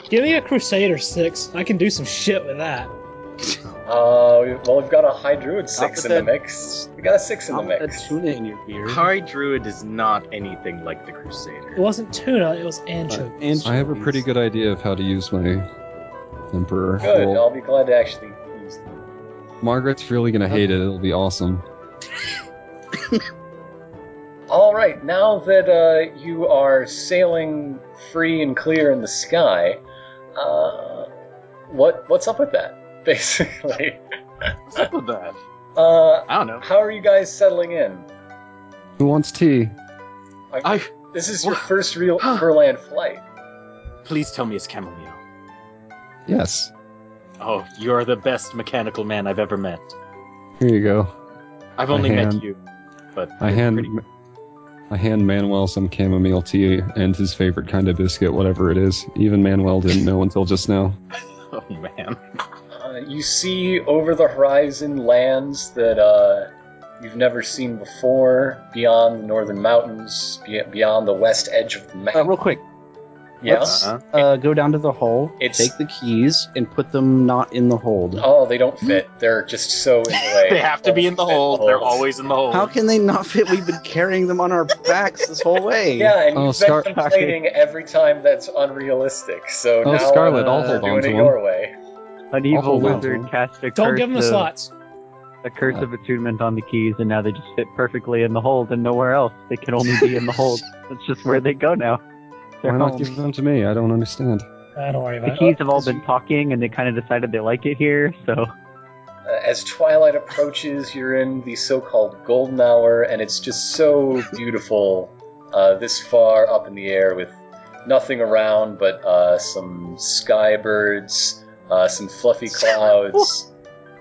Speaker 6: Give me a Crusader six. I can do some shit with that.
Speaker 1: uh, we- well, we've got a High Druid six
Speaker 5: with
Speaker 1: in the
Speaker 5: that-
Speaker 1: mix. We got a six in the
Speaker 5: Not with that
Speaker 1: mix.
Speaker 5: tuna in your beard.
Speaker 4: High Druid is not anything like the
Speaker 6: It
Speaker 4: Crusader.
Speaker 6: wasn't tuna. It was
Speaker 5: Uh,
Speaker 6: anchovies.
Speaker 2: I have a
Speaker 5: anchovies.
Speaker 2: pretty good idea of how to use my emperor.
Speaker 1: Good.
Speaker 2: roll.
Speaker 1: I'll be glad to actually use them.
Speaker 2: Margaret's really gonna hate it. It'll be awesome.
Speaker 1: All right, now that uh, you are sailing free and clear in the sky, uh, what what's up with that? Basically,
Speaker 4: What's up with that?
Speaker 1: uh,
Speaker 4: I don't know.
Speaker 1: how are you guys settling in?
Speaker 2: Who wants tea?
Speaker 4: I
Speaker 1: This is your first real overland flight.
Speaker 4: please tell me it's chamomile.
Speaker 2: Yes.
Speaker 4: Oh, you are the best mechanical man I've ever met.
Speaker 2: Here you go.
Speaker 4: I've
Speaker 2: I
Speaker 4: only met
Speaker 2: hand-
Speaker 4: you, but
Speaker 2: I
Speaker 4: you're
Speaker 2: hand
Speaker 4: pretty-
Speaker 2: I hand Manuel some chamomile tea and his favorite kind of biscuit, whatever it is. Even Manuel didn't know until just now.
Speaker 4: Oh man,
Speaker 1: Uh, you see over the horizon lands that uh, you've never seen before, beyond the northern mountains, be- beyond the west edge of the map.
Speaker 5: Uh, real quick,
Speaker 1: yeah.
Speaker 5: let's uh, go down to the hole,
Speaker 1: It's-
Speaker 5: take the keys, and put them not in the hold.
Speaker 1: Oh, they don't fit. They're just so in the way.
Speaker 4: they have to be in the
Speaker 1: Won't fit
Speaker 4: hole. They're
Speaker 1: holes.
Speaker 4: always in the hole.
Speaker 5: How can they not fit? We've been carrying them on our backs this whole way.
Speaker 1: Yeah, and
Speaker 2: Oh,
Speaker 1: you've
Speaker 2: Scar-
Speaker 1: been complaining every time that's unrealistic. So
Speaker 2: Oh,
Speaker 1: now
Speaker 2: Scarlet,
Speaker 1: uh,
Speaker 2: I'll
Speaker 1: we're
Speaker 2: hold on
Speaker 1: doing
Speaker 2: to
Speaker 1: it
Speaker 2: him.
Speaker 1: your way.
Speaker 7: An evil
Speaker 2: hold on to
Speaker 7: wizard
Speaker 2: him.
Speaker 7: cast a
Speaker 6: Don't
Speaker 7: curse
Speaker 6: give him the
Speaker 7: of,
Speaker 6: slots.
Speaker 7: a curse of attunement on the keys, and now they just fit perfectly in the hold and nowhere else. They can only be in the hold. That's just where they go now. They're
Speaker 2: Why not
Speaker 7: home.
Speaker 2: give them to me? I don't understand.
Speaker 6: Ah, don't worry
Speaker 7: The
Speaker 6: about it.
Speaker 7: keys have all been talking, and they kind of decided they like it here. So
Speaker 1: Uh, as twilight approaches, you're in the so-called golden hour, and it's just so beautiful. Uh, this far up in the air, with nothing around but uh, some sky birds, uh, some fluffy clouds.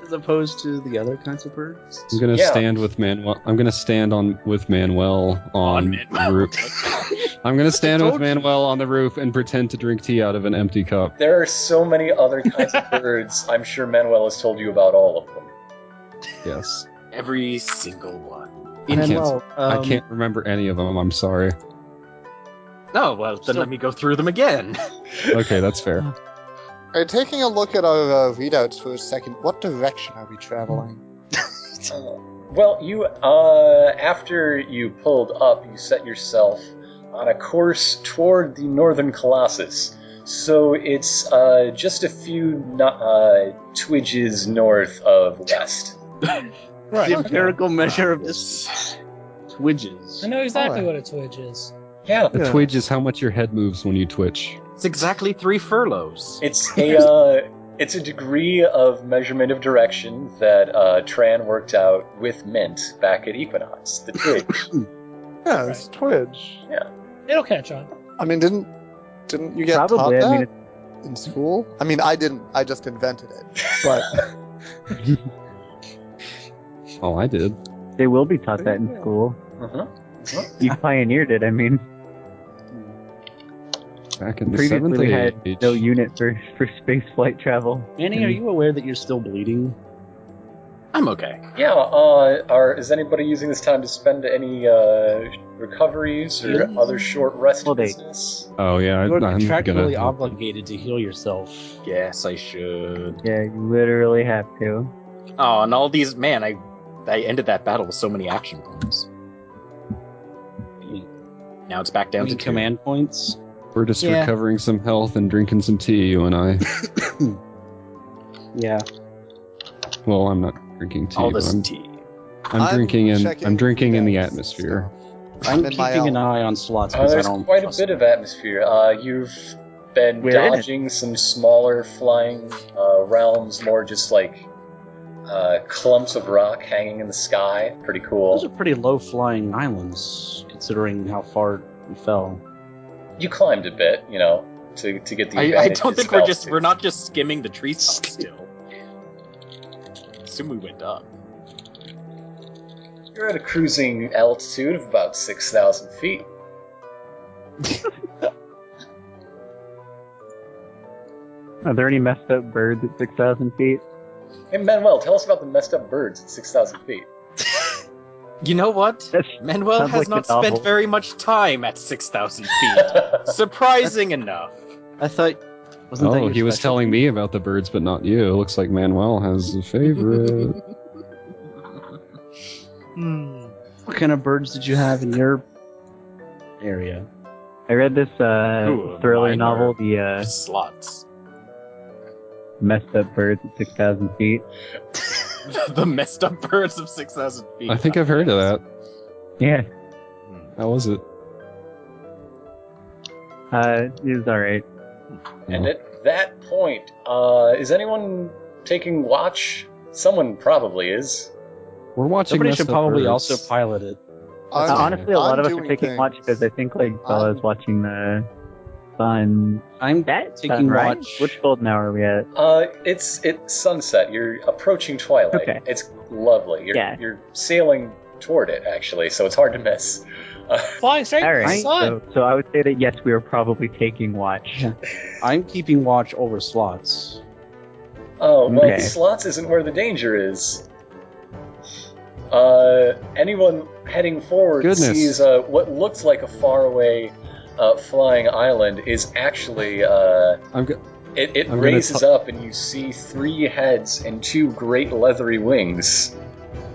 Speaker 5: As opposed to the other kinds of birds.
Speaker 2: I'm gonna
Speaker 1: Yeah.
Speaker 2: stand with Manuel. I'm gonna stand on with Manuel on,
Speaker 4: On Manuel.
Speaker 2: Ru- I'm gonna stand
Speaker 3: told
Speaker 2: with
Speaker 3: you.
Speaker 2: Manuel on the roof and pretend to drink tea out of an empty cup.
Speaker 1: There are so many other kinds of birds. I'm sure Manuel has told you about all of them.
Speaker 2: Yes.
Speaker 4: Every single one.
Speaker 2: I can't,
Speaker 5: Manuel,
Speaker 2: I
Speaker 5: um,
Speaker 2: can't remember any of them. I'm sorry.
Speaker 4: Oh, well, then let me go through them again.
Speaker 2: Okay, that's fair.
Speaker 3: All right, taking a look at our uh, readouts for a second, what direction are we traveling?
Speaker 1: Uh, well, you uh, after you pulled up, you set yourself on a course toward the northern Colossus. So it's uh, just a few no- uh, twidges north of west.
Speaker 5: The
Speaker 6: Right.
Speaker 5: empirical measure of this
Speaker 6: I
Speaker 5: twidges.
Speaker 6: know exactly what
Speaker 3: Alright.
Speaker 6: a twitch is.
Speaker 1: Yeah,
Speaker 2: A twidge is how much your head moves when you twitch.
Speaker 4: It's exactly three furloughs.
Speaker 1: it's a uh, it's a degree of measurement of direction that uh, Tran worked out with Mint back at Equinox. The twidge.
Speaker 3: Yeah, it's Twitch.
Speaker 6: It'll catch on.
Speaker 3: I mean, didn't didn't you get
Speaker 7: Probably.
Speaker 3: taught
Speaker 7: I mean,
Speaker 3: that
Speaker 7: it's,
Speaker 3: in school? I mean, I didn't. I just invented it. But
Speaker 2: Oh, I did.
Speaker 7: they will be taught that in
Speaker 3: Yeah.
Speaker 7: school.
Speaker 1: Mhm.
Speaker 7: You pioneered it. I mean,
Speaker 2: Back in the
Speaker 7: previously
Speaker 2: seventh
Speaker 7: we
Speaker 2: age.
Speaker 7: had no unit for for space flight travel.
Speaker 5: Manny, are you aware that you're still bleeding?
Speaker 4: I'm okay.
Speaker 1: Yeah. Uh, are is anybody using this time to spend any uh, recoveries or
Speaker 5: Yeah.
Speaker 1: other short rest
Speaker 7: Well, they-
Speaker 1: business?
Speaker 2: oh yeah, I,
Speaker 5: You're
Speaker 2: I'm
Speaker 5: contractually
Speaker 2: gonna.
Speaker 5: obligated to heal yourself.
Speaker 4: Yes, I should.
Speaker 7: Yeah, you literally have to.
Speaker 4: Oh, and all these man, I I ended that battle with so many action points. Now it's back down to
Speaker 5: Down
Speaker 4: two.
Speaker 5: command points.
Speaker 2: We're just
Speaker 6: Yeah.
Speaker 2: recovering some health and drinking some tea, you and I.
Speaker 5: Yeah.
Speaker 2: Well, I'm not drinking tea.
Speaker 4: all
Speaker 2: but
Speaker 4: this
Speaker 2: I'm,
Speaker 4: tea.
Speaker 2: I'm, drinking in.
Speaker 3: checking
Speaker 2: I'm drinking in the
Speaker 3: readouts and
Speaker 2: atmosphere.
Speaker 3: stuff.
Speaker 5: I'm,
Speaker 3: in my
Speaker 5: keeping
Speaker 3: element.
Speaker 5: an eye on slots
Speaker 1: Uh,
Speaker 5: because I
Speaker 1: there's
Speaker 5: don't.
Speaker 1: quite a
Speaker 5: trust
Speaker 1: bit
Speaker 5: them.
Speaker 1: of atmosphere. Uh, you've been
Speaker 7: We're in it.
Speaker 1: dodging some smaller flying uh, realms, more just like uh, clumps of rock hanging in the sky. Pretty
Speaker 5: Those are
Speaker 1: cool.
Speaker 5: pretty low flying islands, considering how far we fell.
Speaker 1: You climbed a bit, you know, to, to get the.
Speaker 4: I, I
Speaker 1: advantage
Speaker 4: don't
Speaker 1: of
Speaker 4: think we're just
Speaker 1: altitude.
Speaker 4: we're not just skimming the tree top still. Assume we went up.
Speaker 1: You're at a cruising altitude of about six thousand feet.
Speaker 7: Are there any messed up birds at 6,000 feet?
Speaker 1: Hey Manuel, tell us about the messed up birds at six thousand feet.
Speaker 4: You know what?
Speaker 7: That's
Speaker 4: Manuel
Speaker 7: Sounds
Speaker 4: has
Speaker 7: like a
Speaker 4: not spent
Speaker 7: novel.
Speaker 4: very much time at six thousand feet. Surprising enough.
Speaker 5: I thought. Wasn't that
Speaker 2: Oh,
Speaker 5: your
Speaker 2: he was
Speaker 5: special-
Speaker 2: telling me about the birds, but not you. Looks like Manuel has a favorite.
Speaker 5: What kind of birds did you have in your area?
Speaker 7: I read this uh,
Speaker 4: Ooh,
Speaker 7: thriller
Speaker 4: minor.
Speaker 7: novel, The uh,
Speaker 4: Slots.
Speaker 7: Messed Up Birds at 6,000 Feet.
Speaker 4: the messed up birds of six thousand feet. Hmm.
Speaker 2: I think I've heard of that.
Speaker 7: Yeah,
Speaker 2: How was it?
Speaker 7: uh, it was alright.
Speaker 1: And
Speaker 7: Uh-huh.
Speaker 1: at that point, uh, is anyone taking watch? Someone probably is.
Speaker 2: We're watching.
Speaker 5: Somebody
Speaker 2: Messed
Speaker 5: should
Speaker 2: Up
Speaker 5: probably
Speaker 2: Birds.
Speaker 5: also pilot it.
Speaker 3: I'm-
Speaker 7: Uh, honestly, a lot of us are
Speaker 3: Undoing
Speaker 7: taking
Speaker 3: things.
Speaker 7: watch because I think, like, while I was
Speaker 3: Un-
Speaker 7: watching the sun.
Speaker 5: I'm
Speaker 7: That
Speaker 5: taking
Speaker 7: right?
Speaker 5: watch.
Speaker 7: Which golden hour are we at?
Speaker 1: Uh, it's it's sunset. You're approaching twilight.
Speaker 7: Okay.
Speaker 1: It's lovely. You're
Speaker 7: Yeah.
Speaker 1: you're sailing toward it actually, so it's hard to miss.
Speaker 6: Flying straight
Speaker 7: All
Speaker 6: to the
Speaker 7: right.
Speaker 6: sun.
Speaker 7: So, so I would say that yes, we are probably taking watch.
Speaker 5: Yeah. I'm keeping watch over slots.
Speaker 1: Oh well,
Speaker 7: Okay.
Speaker 1: slots isn't where the danger is. Uh, anyone heading forward
Speaker 2: Goodness.
Speaker 1: sees uh, what looks like a faraway uh, flying island is actually uh,
Speaker 2: I'm go-
Speaker 1: it, it
Speaker 2: I'm gonna
Speaker 1: raises
Speaker 2: t-
Speaker 1: up and you see three heads and two great leathery wings.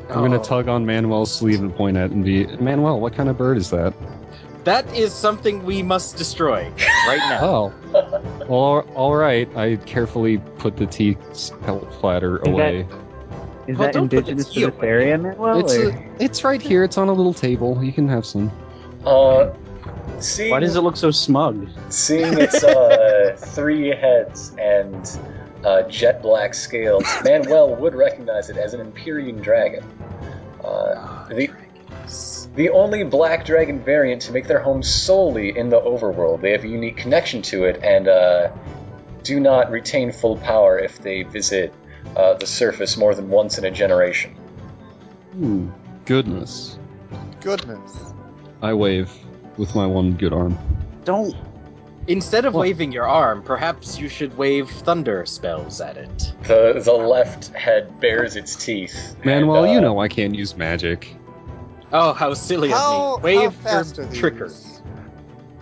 Speaker 2: I'm gonna
Speaker 5: Oh.
Speaker 2: tug on Manuel's sleeve and point at it and be Manuel. What kind of bird is that?
Speaker 4: That is something we must destroy right now.
Speaker 2: Oh, well, all right. I carefully put the tea s- platter
Speaker 7: that-
Speaker 2: away.
Speaker 7: Is
Speaker 4: Oh,
Speaker 7: that
Speaker 4: don't put
Speaker 7: indigenous
Speaker 4: the tea
Speaker 7: to this
Speaker 4: away.
Speaker 7: area, Manuel?
Speaker 2: It's
Speaker 7: or-
Speaker 2: a, it's right here. It's on a little table. You can have some.
Speaker 1: Uh, seeing,
Speaker 5: Why does it look so smug?
Speaker 1: seeing its uh, three heads and uh, jet black scales, Manuel would recognize it as an Empyrean dragon. Uh,
Speaker 4: Ah,
Speaker 1: The-
Speaker 4: dragons.
Speaker 1: the only black dragon variant to make their home solely in the overworld. They have a unique connection to it and uh, do not retain full power if they visit uh, the surface more than once in a generation.
Speaker 2: Hmm. Goodness.
Speaker 3: Goodness.
Speaker 2: I wave. with my one good arm.
Speaker 5: Don't.
Speaker 4: Instead of
Speaker 5: What?
Speaker 4: waving your arm, perhaps you should wave thunder spells at it.
Speaker 1: The the left head bares its teeth.
Speaker 2: Manuel,
Speaker 1: and, uh,
Speaker 2: you know I can't use magic.
Speaker 4: Oh, how silly
Speaker 3: How,
Speaker 4: of me!
Speaker 3: how
Speaker 4: Wave
Speaker 3: fast are
Speaker 4: your
Speaker 3: these?
Speaker 4: trigger.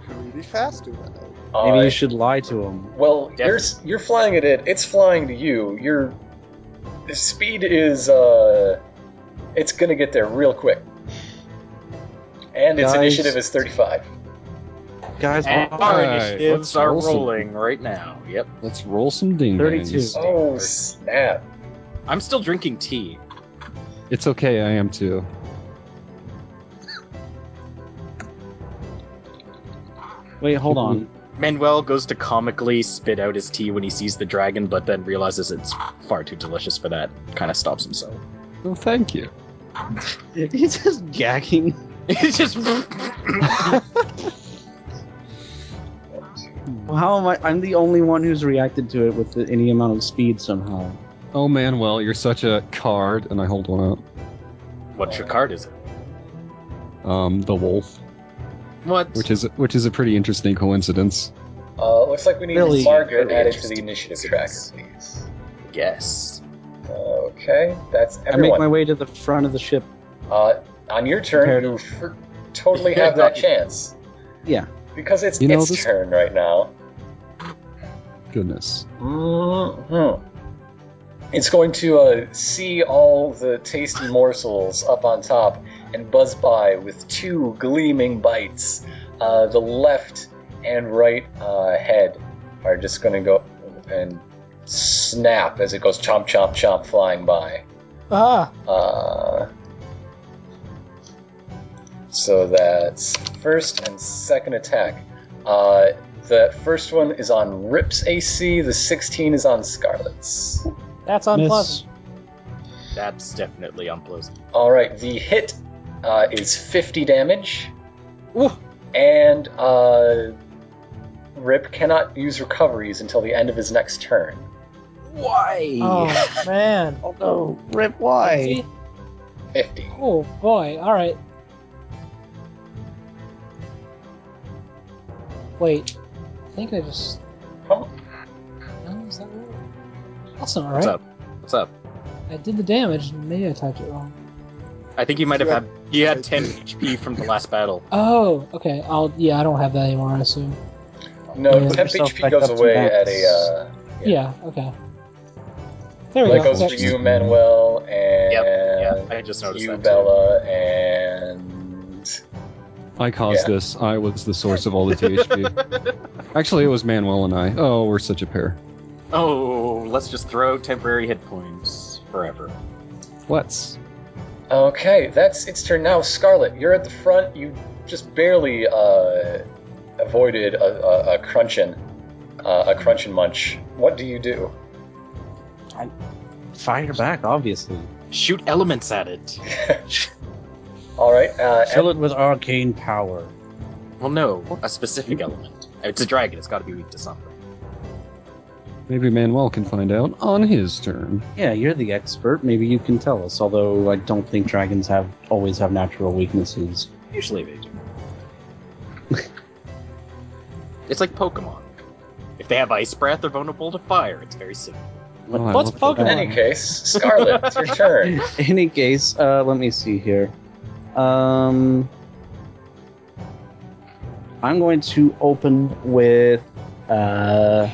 Speaker 3: Really fast are they?
Speaker 5: Maybe
Speaker 1: uh,
Speaker 5: you should lie to him.
Speaker 1: Well,
Speaker 4: Definitely.
Speaker 1: you're s- you're flying at it. It's flying to you. Your the speed is uh, it's gonna get there real quick. And its
Speaker 5: Guys.
Speaker 1: initiative is thirty-five.
Speaker 5: Guys,
Speaker 4: And
Speaker 5: all
Speaker 4: our
Speaker 2: Alright,
Speaker 4: initiatives
Speaker 2: let's
Speaker 4: are
Speaker 2: roll some-
Speaker 4: rolling right now. Yep.
Speaker 2: Let's roll some ding
Speaker 5: 32.
Speaker 1: Oh snap!
Speaker 4: I'm still drinking tea.
Speaker 2: It's okay, I am too.
Speaker 5: Wait, hold on.
Speaker 4: Manuel goes to comically spit out his tea when he sees the dragon, but then realizes it's far too delicious for that. Kind of stops himself.
Speaker 2: Oh, thank you.
Speaker 5: He's just gagging.
Speaker 4: It's just.
Speaker 5: Well, How am I? I'm the only one who's reacted to it with any amount of speed somehow.
Speaker 2: Oh, Manuel, you're such a card. And I hold one up.
Speaker 4: what your card is it?
Speaker 2: Um, the wolf,
Speaker 4: What?
Speaker 2: which is which is a pretty interesting coincidence.
Speaker 1: Uh, looks like we need
Speaker 5: Really,
Speaker 1: Margaret
Speaker 4: really
Speaker 1: added to the
Speaker 4: interesting
Speaker 1: initiative tracker,
Speaker 4: incidents.
Speaker 1: please.
Speaker 4: yes.
Speaker 1: Uh, Okay, that's
Speaker 5: I make my
Speaker 1: everyone.
Speaker 5: way to the front of the ship.
Speaker 1: Uh, on your turn, you f- totally have that chance
Speaker 5: Yeah.
Speaker 1: because it's
Speaker 2: You know,
Speaker 1: its
Speaker 2: this-
Speaker 1: turn right now.
Speaker 2: Goodness.
Speaker 1: hmm It's going to uh, see all the tasty morsels up on top and buzz by with two gleaming bites. Uh, the left and right uh, head are just going to go and snap as it goes chomp, chomp, chomp flying by.
Speaker 6: Ah,
Speaker 1: Uh, so that's first and second attack. Uh, the first one is on Rip's AC, the 16 is on Scarlet's.
Speaker 6: that's
Speaker 5: Miss,
Speaker 6: unpleasant.
Speaker 4: That's definitely unpleasant.
Speaker 1: Alright, the hit uh, is 50 damage,
Speaker 6: Ooh,
Speaker 1: and uh, Rip cannot use recoveries until the end of his next turn.
Speaker 4: Why?
Speaker 6: oh man.
Speaker 5: E. oh no, Rip, why?
Speaker 1: 50.
Speaker 6: Oh boy. All right. Wait. I think I just.
Speaker 1: Huh?
Speaker 6: No, is that right? That's not right.
Speaker 4: What's up? What's up?
Speaker 6: I did the damage, and maybe I typed it wrong.
Speaker 4: I think you might
Speaker 3: You
Speaker 4: have had. You had 10 HP from the last battle.
Speaker 6: Oh, okay. I'll. Yeah, I don't have that anymore. I assume.
Speaker 1: No,
Speaker 6: Yeah.
Speaker 1: temp
Speaker 5: Yourself
Speaker 1: HP
Speaker 5: back
Speaker 1: goes
Speaker 5: up to
Speaker 1: away
Speaker 5: max.
Speaker 1: at a. Uh,
Speaker 6: Yeah. okay. There we
Speaker 1: that
Speaker 6: go.
Speaker 1: goes for
Speaker 6: Next.
Speaker 1: you, Manuel, and.
Speaker 4: Yeah, I just noticed
Speaker 1: you,
Speaker 4: that. too.
Speaker 1: Bella, and
Speaker 2: I caused
Speaker 1: Yeah.
Speaker 2: this. I was the source of all the THP. Actually, it was Manuel and I. Oh, we're such a pair.
Speaker 4: Oh, let's just throw temporary hit points forever.
Speaker 2: Let's.
Speaker 1: okay, that's its turn now. Scarlet, you're at the front. You just barely uh, avoided a, a, a crunchin', uh, a crunchin' munch. What do you do?
Speaker 5: Fire back, obviously.
Speaker 4: Shoot elements at it.
Speaker 1: All right, uh,
Speaker 5: Fill it with arcane power.
Speaker 4: Well, no, a specific element. It's a dragon. It's got to be weak to something.
Speaker 2: Maybe Manuel can find out on his turn.
Speaker 5: Yeah, you're the expert. Maybe you can tell us. Although I don't think dragons have always have natural weaknesses.
Speaker 4: Usually they do. it's like Pokemon. If they have ice breath, they're vulnerable to fire. It's very simple.
Speaker 2: Oh, I
Speaker 6: What's
Speaker 2: love
Speaker 1: in
Speaker 6: Pokemon?
Speaker 5: that.
Speaker 1: any case, Scarlet, it's your turn.
Speaker 5: In any case, uh, let me see here. Um, I'm going to open with. Uh,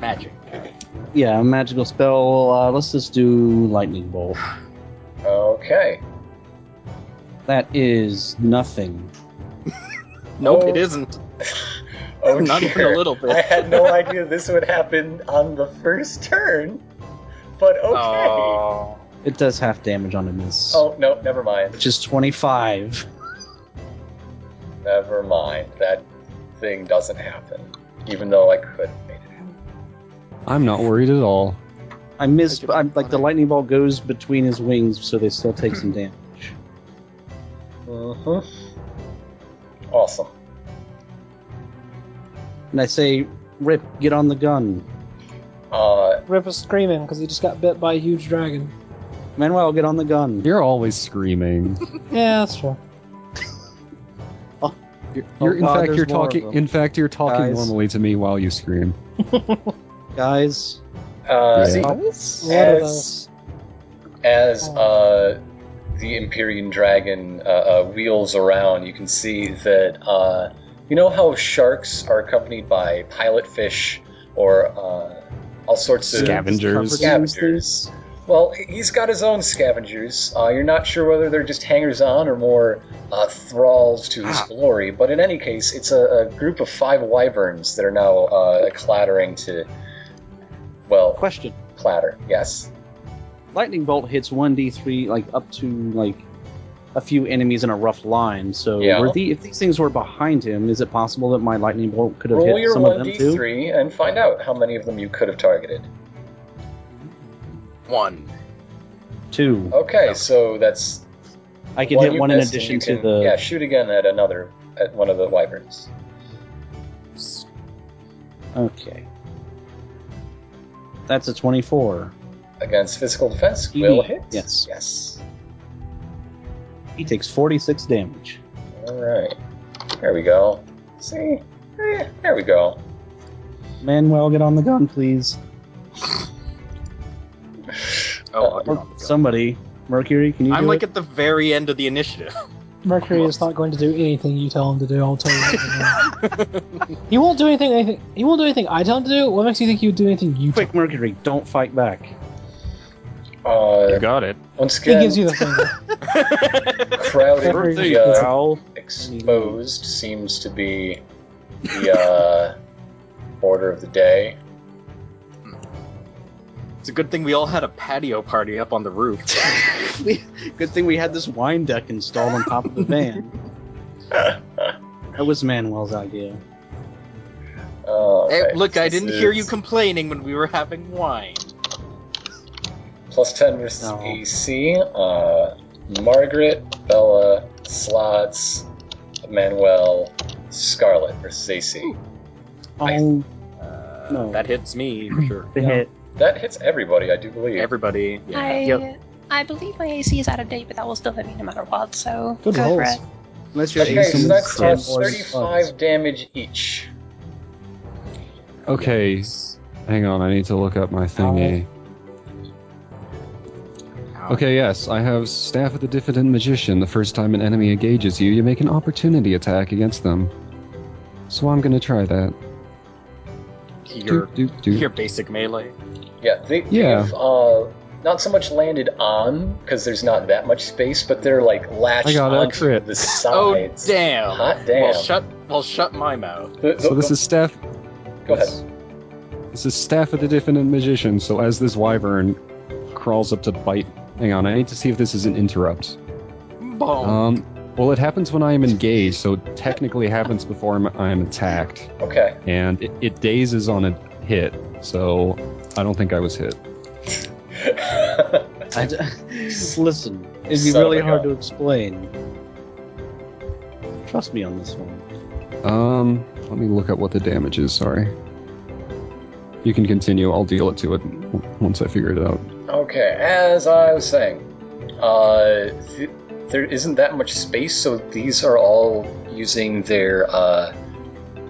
Speaker 4: Magic.
Speaker 5: yeah, a magical spell. Uh, let's just do lightning bolt.
Speaker 1: Okay.
Speaker 5: That is nothing.
Speaker 4: Nope,
Speaker 1: Oh.
Speaker 4: it isn't.
Speaker 1: Oh,
Speaker 4: Not even
Speaker 1: dear.
Speaker 4: a little bit.
Speaker 1: I had no idea this would happen on the first turn, but okay. Oh,
Speaker 4: Oh.
Speaker 5: It does half damage on a miss,
Speaker 1: no, never mind.
Speaker 5: which is 25.
Speaker 1: Never mind. That thing doesn't happen, even though I could have made it.
Speaker 2: I'm not worried at all.
Speaker 5: I miss. I'm, like the lightning bolt goes between his wings, so they still take some damage.
Speaker 1: Mm-hmm. Awesome.
Speaker 5: And I say, "Rip, get on the gun."
Speaker 1: Uh,
Speaker 6: Rip is screaming because he just got bit by a huge dragon.
Speaker 5: Manuel, get on the gun.
Speaker 2: You're always screaming.
Speaker 6: Yeah, that's true.
Speaker 2: You're, in
Speaker 5: Oh,
Speaker 2: fact,
Speaker 5: there's
Speaker 2: you're
Speaker 5: more of
Speaker 2: talking.
Speaker 5: them.
Speaker 2: In fact, you're talking
Speaker 5: Guys.
Speaker 2: normally to me while you scream.
Speaker 5: Guys,
Speaker 1: Uh,
Speaker 2: Yeah.
Speaker 6: What are those?
Speaker 5: let's-
Speaker 1: As uh, the Empyrean dragon uh, uh, wheels around, you can see that uh, you know how sharks are accompanied by pilot fish or uh, all sorts of
Speaker 2: Scavengers.
Speaker 1: scavengers. Well, he's got his own scavengers. Uh, you're not sure whether they're just hangers on or more uh, thralls to
Speaker 5: Ah.
Speaker 1: his glory, but in any case, it's a, a group of five wyverns that are now uh, clattering to, well,
Speaker 5: question.
Speaker 1: clatter, yes.
Speaker 5: Lightning bolt hits one d three like up to like a few enemies in a rough line. So
Speaker 1: Yeah.
Speaker 5: were the, if these things were behind him, is it possible that my lightning bolt could have
Speaker 1: Roll
Speaker 5: hit
Speaker 1: your
Speaker 5: some of them too?
Speaker 1: 1d3 and find out how many of them you could have targeted.
Speaker 4: One.
Speaker 5: Two.
Speaker 1: Okay, so that's
Speaker 5: I can
Speaker 1: one
Speaker 5: hit
Speaker 1: you
Speaker 5: one in
Speaker 1: missed, and
Speaker 5: addition
Speaker 1: you can-
Speaker 5: to the.
Speaker 1: Yeah, shoot again at another, at one of the wyverns.
Speaker 5: Okay. That's a twenty-four.
Speaker 1: Against physical defense,
Speaker 5: He-
Speaker 1: will hit?
Speaker 5: E yes.
Speaker 1: Yes.
Speaker 5: He takes forty-six damage.
Speaker 1: All right. There we go. See? Eh, there we go.
Speaker 5: Manuel, get on the gun, please.
Speaker 4: Oh, I'll get
Speaker 5: Or
Speaker 4: on the gun.
Speaker 5: somebody, Mercury, can you?
Speaker 4: I'm
Speaker 5: do
Speaker 4: like
Speaker 5: it?
Speaker 4: at the very end of the initiative.
Speaker 6: Mercury is not going to do anything you tell him to do. I'll tell you. that right now. he won't do anything, anything. He won't do anything I tell him to do. What makes you think he would do anything you?
Speaker 5: quick, Mercury, don't fight back.
Speaker 1: Uh,
Speaker 9: got it.
Speaker 1: once
Speaker 6: tell
Speaker 1: again,
Speaker 6: him? He gives you the finger.
Speaker 1: crowded
Speaker 6: Mercury
Speaker 1: area
Speaker 6: gives you-
Speaker 1: exposed seems to be the uh, order of the day.
Speaker 4: It's a good thing we all had a patio party up on the roof.
Speaker 5: Good thing we had this wine deck installed on top of the van. That was Manuel's idea.
Speaker 1: All
Speaker 4: Hey,
Speaker 1: right,
Speaker 4: look, I
Speaker 1: this
Speaker 4: didn't hear you
Speaker 1: is
Speaker 4: complaining when we were having wine.
Speaker 1: Plus 10 versus
Speaker 5: No.
Speaker 1: AC. Uh, Margaret, Bella, Slots, Manuel, Scarlet versus AC.
Speaker 5: Oh,
Speaker 4: Uh,
Speaker 5: No.
Speaker 4: That hits me for sure.
Speaker 7: to
Speaker 5: Yeah.
Speaker 7: hit.
Speaker 1: That hits everybody, I do believe.
Speaker 4: Everybody. Yeah.
Speaker 8: I
Speaker 7: Yep.
Speaker 8: I believe my AC is out of date, but that will still hit me no matter what. So
Speaker 5: Good
Speaker 8: go for
Speaker 5: rolls.
Speaker 8: it.
Speaker 5: unless you're
Speaker 1: okay, so
Speaker 5: Asian
Speaker 1: that
Speaker 5: or
Speaker 1: costs
Speaker 5: slugs.
Speaker 1: 35 damage each.
Speaker 2: Okay, hang on. I need to look up my thingy. Okay, yes, I have Staff of the Diffident Magician. The first time an enemy engages you, you make an opportunity attack against them. So I'm gonna try that.
Speaker 4: Your,
Speaker 2: Doop, doop, doop.
Speaker 4: your basic melee.
Speaker 1: Yeah, they,
Speaker 2: Yeah.
Speaker 1: they've uh, not so much landed on because there's not that much space, but they're like latched
Speaker 2: I got a
Speaker 1: onto
Speaker 2: crit.
Speaker 1: the
Speaker 4: Oh,
Speaker 1: sides.
Speaker 4: damn.
Speaker 1: Hot damn!
Speaker 4: Well, shut, well, shut my mouth.
Speaker 1: The- the-
Speaker 2: So this is Staff.
Speaker 1: go ahead.
Speaker 2: This is Staff of the Diffident Magician. So as this wyvern crawls up to bite, hang on, I need to see if this is an interrupt.
Speaker 4: Boom.
Speaker 5: Uh,
Speaker 2: Um, well, it happens when I am engaged, so it technically happens before I'm, I'm attacked,
Speaker 1: Okay,
Speaker 2: and it, it dazes on a hit. So I don't think I was hit.
Speaker 5: I d- Listen, it'd be
Speaker 1: Son of
Speaker 5: really
Speaker 1: a
Speaker 5: hard
Speaker 1: gun.
Speaker 5: to explain. Trust me on this one.
Speaker 2: Um, let me look up what the damage is. Sorry. You can continue. I'll deal it to it w- once I figure it out.
Speaker 1: okay. As I was saying, uh, th- there isn't that much space, so these are all using their uh,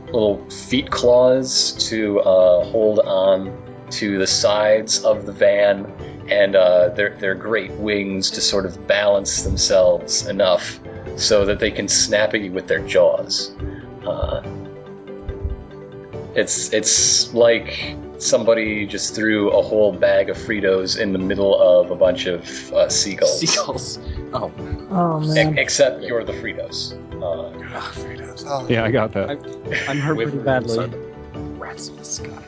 Speaker 1: little feet claws to uh, hold on to the sides of the van and uh, their, their great wings to sort of balance themselves enough so that they can snap at you with their jaws. Uh, it's it's like somebody just threw a whole bag of Fritos in the middle of a bunch of uh, seagulls.
Speaker 4: Seagulls. Oh,
Speaker 6: Oh
Speaker 1: E-
Speaker 6: man.
Speaker 1: except you're the Fritos. Uh,
Speaker 3: Oh,
Speaker 2: Yeah, I got that.
Speaker 5: I'm hurt pretty
Speaker 4: Wyverns
Speaker 5: badly.
Speaker 4: are the Rats of the sky.